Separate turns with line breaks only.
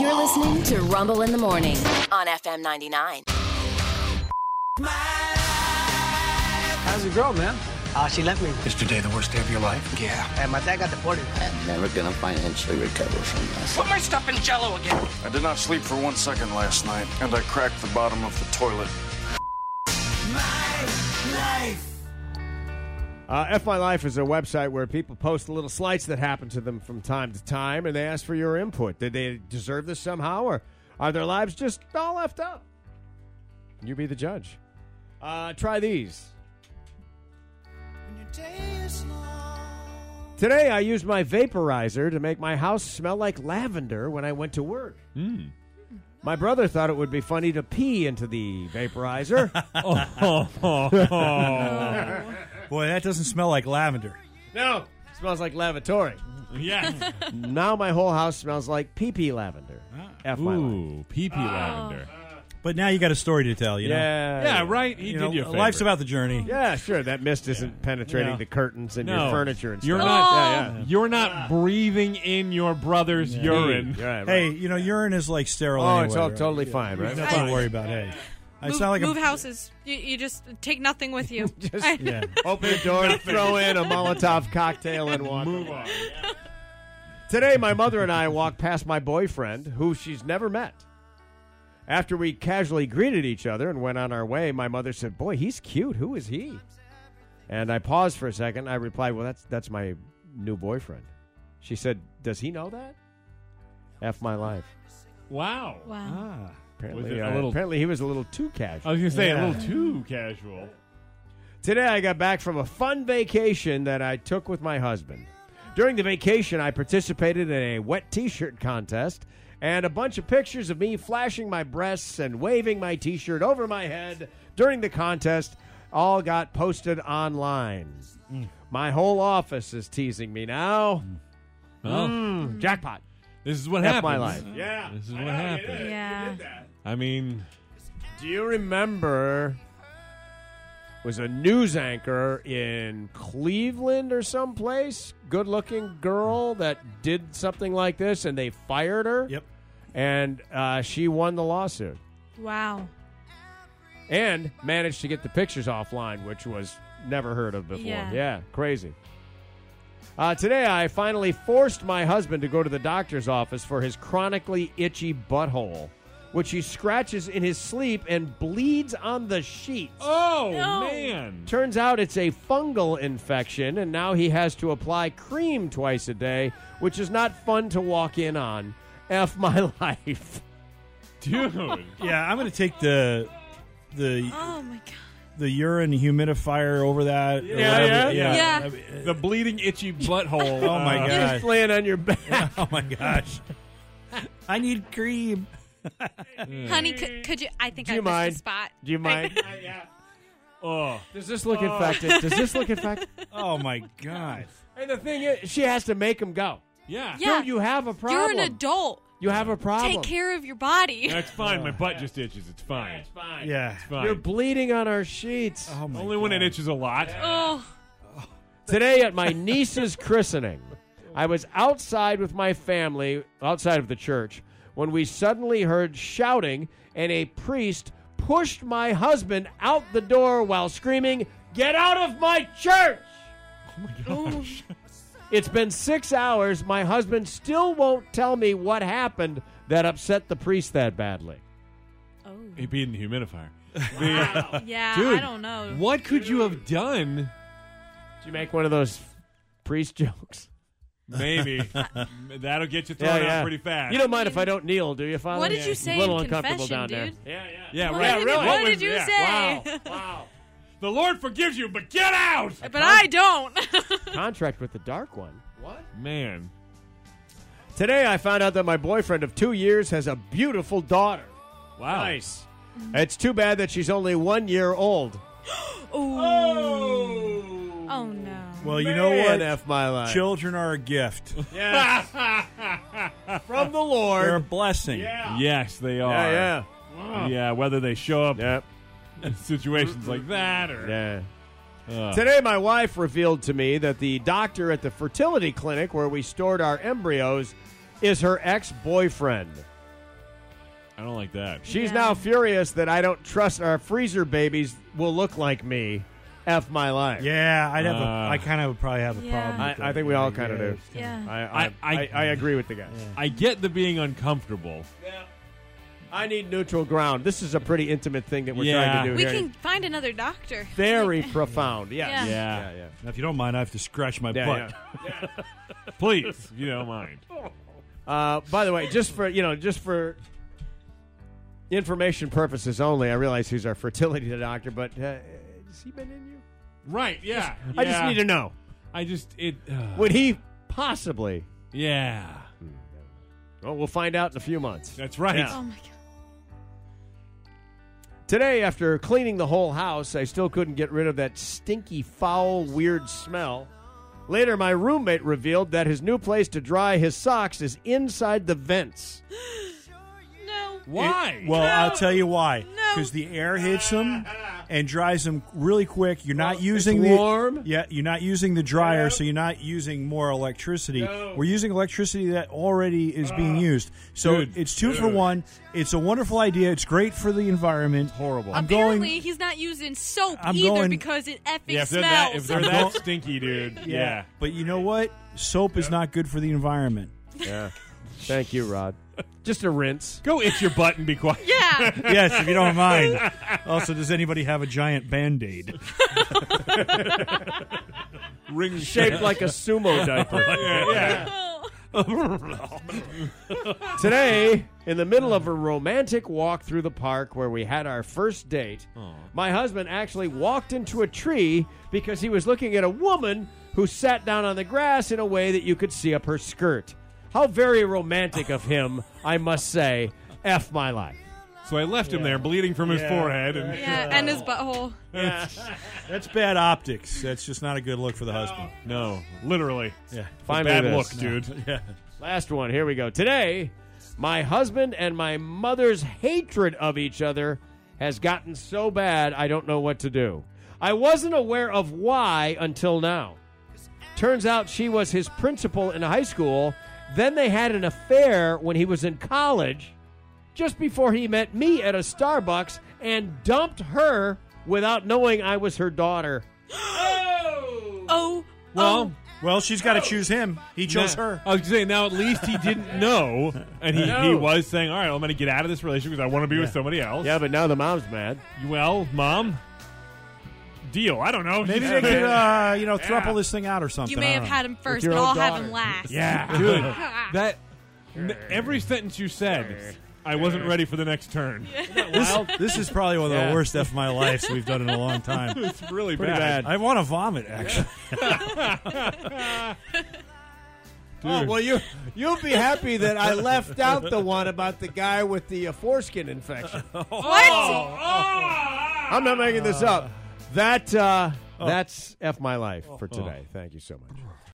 You're listening to Rumble in the Morning on FM 99.
How's your girl, man? Uh, she left me.
Is today the worst day of your life? Yeah.
And my dad got deported.
I'm never gonna financially recover from this.
Put my stuff in jello again.
I did not sleep for one second last night, and I cracked the bottom of the toilet.
Uh, F My Life is a website where people post little slights that happen to them from time to time, and they ask for your input. Did they deserve this somehow, or are their lives just all left up? You be the judge. Uh, try these. Today, I used my vaporizer to make my house smell like lavender when I went to work.
Hmm.
My brother thought it would be funny to pee into the vaporizer.
Oh. Boy, that doesn't smell like lavender.
no, smells like lavatory.
Yeah. Ah.
Now my whole house smells like pee pee lavender. F my life.
Ooh, pee pee lavender.
But now you got a story to tell, you know?
Yeah.
Yeah, right. He
You
did
know,
your favor.
life's about the journey.
Yeah, sure. That mist isn't penetrating
Yeah.
the curtains and your
No.
furniture and
You're
stuff.
not.
Yeah, yeah.
You're not breathing in your brother's urine.
You're right,
Hey,
right.
you know, urine is like sterile.
Oh,
anyway,
it's all
right?
totally fine, right?
Nothing to worry about. Hey, it's
Move,
not like
move
a,
houses. You, you just take nothing with you. I-
Yeah.
Open the door, throw in a Molotov cocktail, and walk. Move on. Today, my mother and I walked past my boyfriend, who she's never met. After we casually greeted each other and went on our way, my mother said, "Boy, he's cute. Who is he?" And I paused for a second. I replied, "Well, that's that's my new boyfriend." She said, "Does he know that?" F my life.
Wow.
wow.
Ah.
Was
Apparently,
it a
uh,
little-
apparently he was a little too casual.
I was gonna say
Yeah.
a little too casual.
Today I got back from a fun vacation that I took with my husband. During the vacation, I participated in a wet t shirt contest, and a bunch of pictures of me flashing my breasts and waving my t shirt over my head during the contest all got posted online. My whole office is teasing me now.
Well,
Mm, jackpot.
This is what
F
happened.
my life.
Hmm. Yeah. This is what
Yeah.
happened. I mean,
Do you remember was a news anchor in Cleveland or someplace? Good looking girl that did something like this and they fired her.
Yep.
And uh, she won the lawsuit
Wow.
and managed to get the pictures offline, which was never heard of before.
Yeah.
crazy. Uh, today, I finally forced my husband to go to the doctor's office for his chronically itchy butthole, which he scratches in his sleep and bleeds on the sheets.
oh
No.
man,
Turns out it's a fungal infection, and now he has to apply cream twice a day, which is not fun to walk in on. F my life.
dude.
Yeah, I'm gonna take the the
Oh my god.
the urine humidifier over that. or
Yeah, yeah,
whatever.
yeah. Yeah.
Uh, I mean,
the bleeding itchy butthole.
Oh my god.
Just laying on your back.
Oh my gosh. I need cream.
Honey, could, could you? I think
Do
I
you
missed
mind?
a spot.
Do you mind?
Oh,
Does this look infected? Does this look infected?
Oh my god.
And the thing is, she has to make him go.
yeah.
Yeah.
Dude, you have a problem.
You're an adult.
You have a problem.
Take care of your body.
That's fine. My butt just itches. It's fine. It's fine.
Yeah.
It's fine.
You're bleeding on our sheets.
Oh my
Only when it
God.
itches a lot.
Oh,
Today at my niece's christening, I was outside with my family, outside of the church, when we suddenly heard shouting and a priest pushed my husband out the door while screaming, Get out of my church!
Oh
It's been six hours. My husband still won't tell me what happened that upset the priest that badly.
He peed in the humidifier.
yeah. I don't know.
What could you have done?
Did you make one of those priest jokes?
Maybe that'll get you thrown out pretty fast.
You don't mind if I don't kneel, do you, Father?
What did
Yeah.
you say
A little
in
uncomfortable
confession,
down there.
dude?
yeah, yeah, yeah.
What
right,
did,
really.
What,
What
did
was-
you
yeah.
say?
The Lord forgives you, but get out,
but I don't.
Contract with the dark one.
man.
Today, I found out that my boyfriend of two years has a beautiful daughter.
Wow.
Nice. It's too bad that she's only one year old.
oh no.
Well, you know
Man,
what?
F my life.
Children are a gift.
From the
They're a
Lord.
blessing.
Yes, they are.
Yeah, yeah.
Yeah, whether they show up
Yep.
in situations like that or
Yeah.
Ugh.
Today, my wife revealed to me that the doctor at the fertility clinic where we stored our embryos is her ex boyfriend.
I don't like that.
She's
Yeah.
now furious that I don't trust our freezer babies will look like me. F my life.
Yeah, I'd have. a,
Uh,
I kind of would probably have a
Yeah.
problem.
I, I think we all kind of do.
Yeah.
I I, I,
I-
I,
I-
agree with the guy.
I get the being uncomfortable.
I need neutral ground. This is a pretty intimate thing that we're
Yeah.
trying to do
we
here.
can find another doctor.
Very profound. Yes.
Yeah.
Yeah.
yeah.
Now, if you don't mind, I have to scratch my
Yeah,
butt.
yeah.
Please, if you don't mind.
Uh, by the way, just for you know, just for information purposes only, I realize he's our fertility doctor, but uh, has he been in you?
Right, yeah.
I just need to know
I just, it. Uh,
would he possibly?
Yeah.
Well, we'll find out in a few months.
That's right.
Yeah.
Oh my god.
Today, after cleaning the whole house, I still couldn't get rid of that stinky, foul, weird smell. Later, my roommate revealed that his new place to dry his socks is inside the vents.
No.
Why?
Well, I'll tell you why.
No.
Because the air hits them and dries them really quick. You're not using
it's
the
warm.
Yeah, you're not using the dryer, so you're not using more electricity. We're using electricity that already is being
Ah.
used. So
Dude.
it's two for one. It's a wonderful idea. It's great for the environment. Horrible. I'm
Apparently,
going.
he's not using soap
I'm
either
going-
because it effing
yeah, if they're,
smells.
that, if they're
I'm
that
going-
stinky, dude. Yeah.
But you know what? Soap is not good for the environment.
Yeah. Thank you, Rod. Just a rinse.
Go itch your butt and be quiet.
yeah.
yes, if you don't mind. Also, does anybody have a giant band aid?
Ring
Shaped like a sumo diaper.
yeah.
Today, in the middle of a romantic walk through the park where we had our first date, my husband actually walked into a tree because he was looking at a woman who sat down on the grass in a way that you could see up her skirt. How very romantic of him, I must say. F my life.
So I left him there bleeding from his forehead. And,
yeah. And his butthole.
That's bad optics. That's just not a good look for the husband.
No, literally.
Yeah.
Finally,
Bad
this.
look, dude.
Last one. Here we go. Today, my husband and my mother's hatred of each other has gotten so bad I don't know what to do. I wasn't aware of why until now. Turns out she was his principal in high school. Then they had an affair when he was in college, just before he met me at a Starbucks and dumped her without knowing I was her daughter.
Oh.
Well,
Well, she's got to
Oh.
choose him. He chose her.
I was gonna say now at least he didn't know, and he, he
No.
was saying, "All right, I'm going to get out of this relationship because I want to be with somebody else."
but now the mom's mad.
Well, mom, deal. I don't know.
Maybe
She's
they
okay.
could, uh, you know, thruple this thing out or something.
You may
I
have
don't
had him first,
your
but
own
I'll have
daughter.
him last.
yeah, dude. That n- every sentence you said, I wasn't ready for the next turn.
know. This, this is probably one of
Yeah.
the worst F my lives we've done in a long time.
It's really
Pretty bad.
I want to vomit, actually.
Oh, well, you you'll be happy that I left out the one about the guy with the uh, foreskin infection.
What?
Oh,
I'm not making this up. That uh, that's f my life for today. Thank you so much.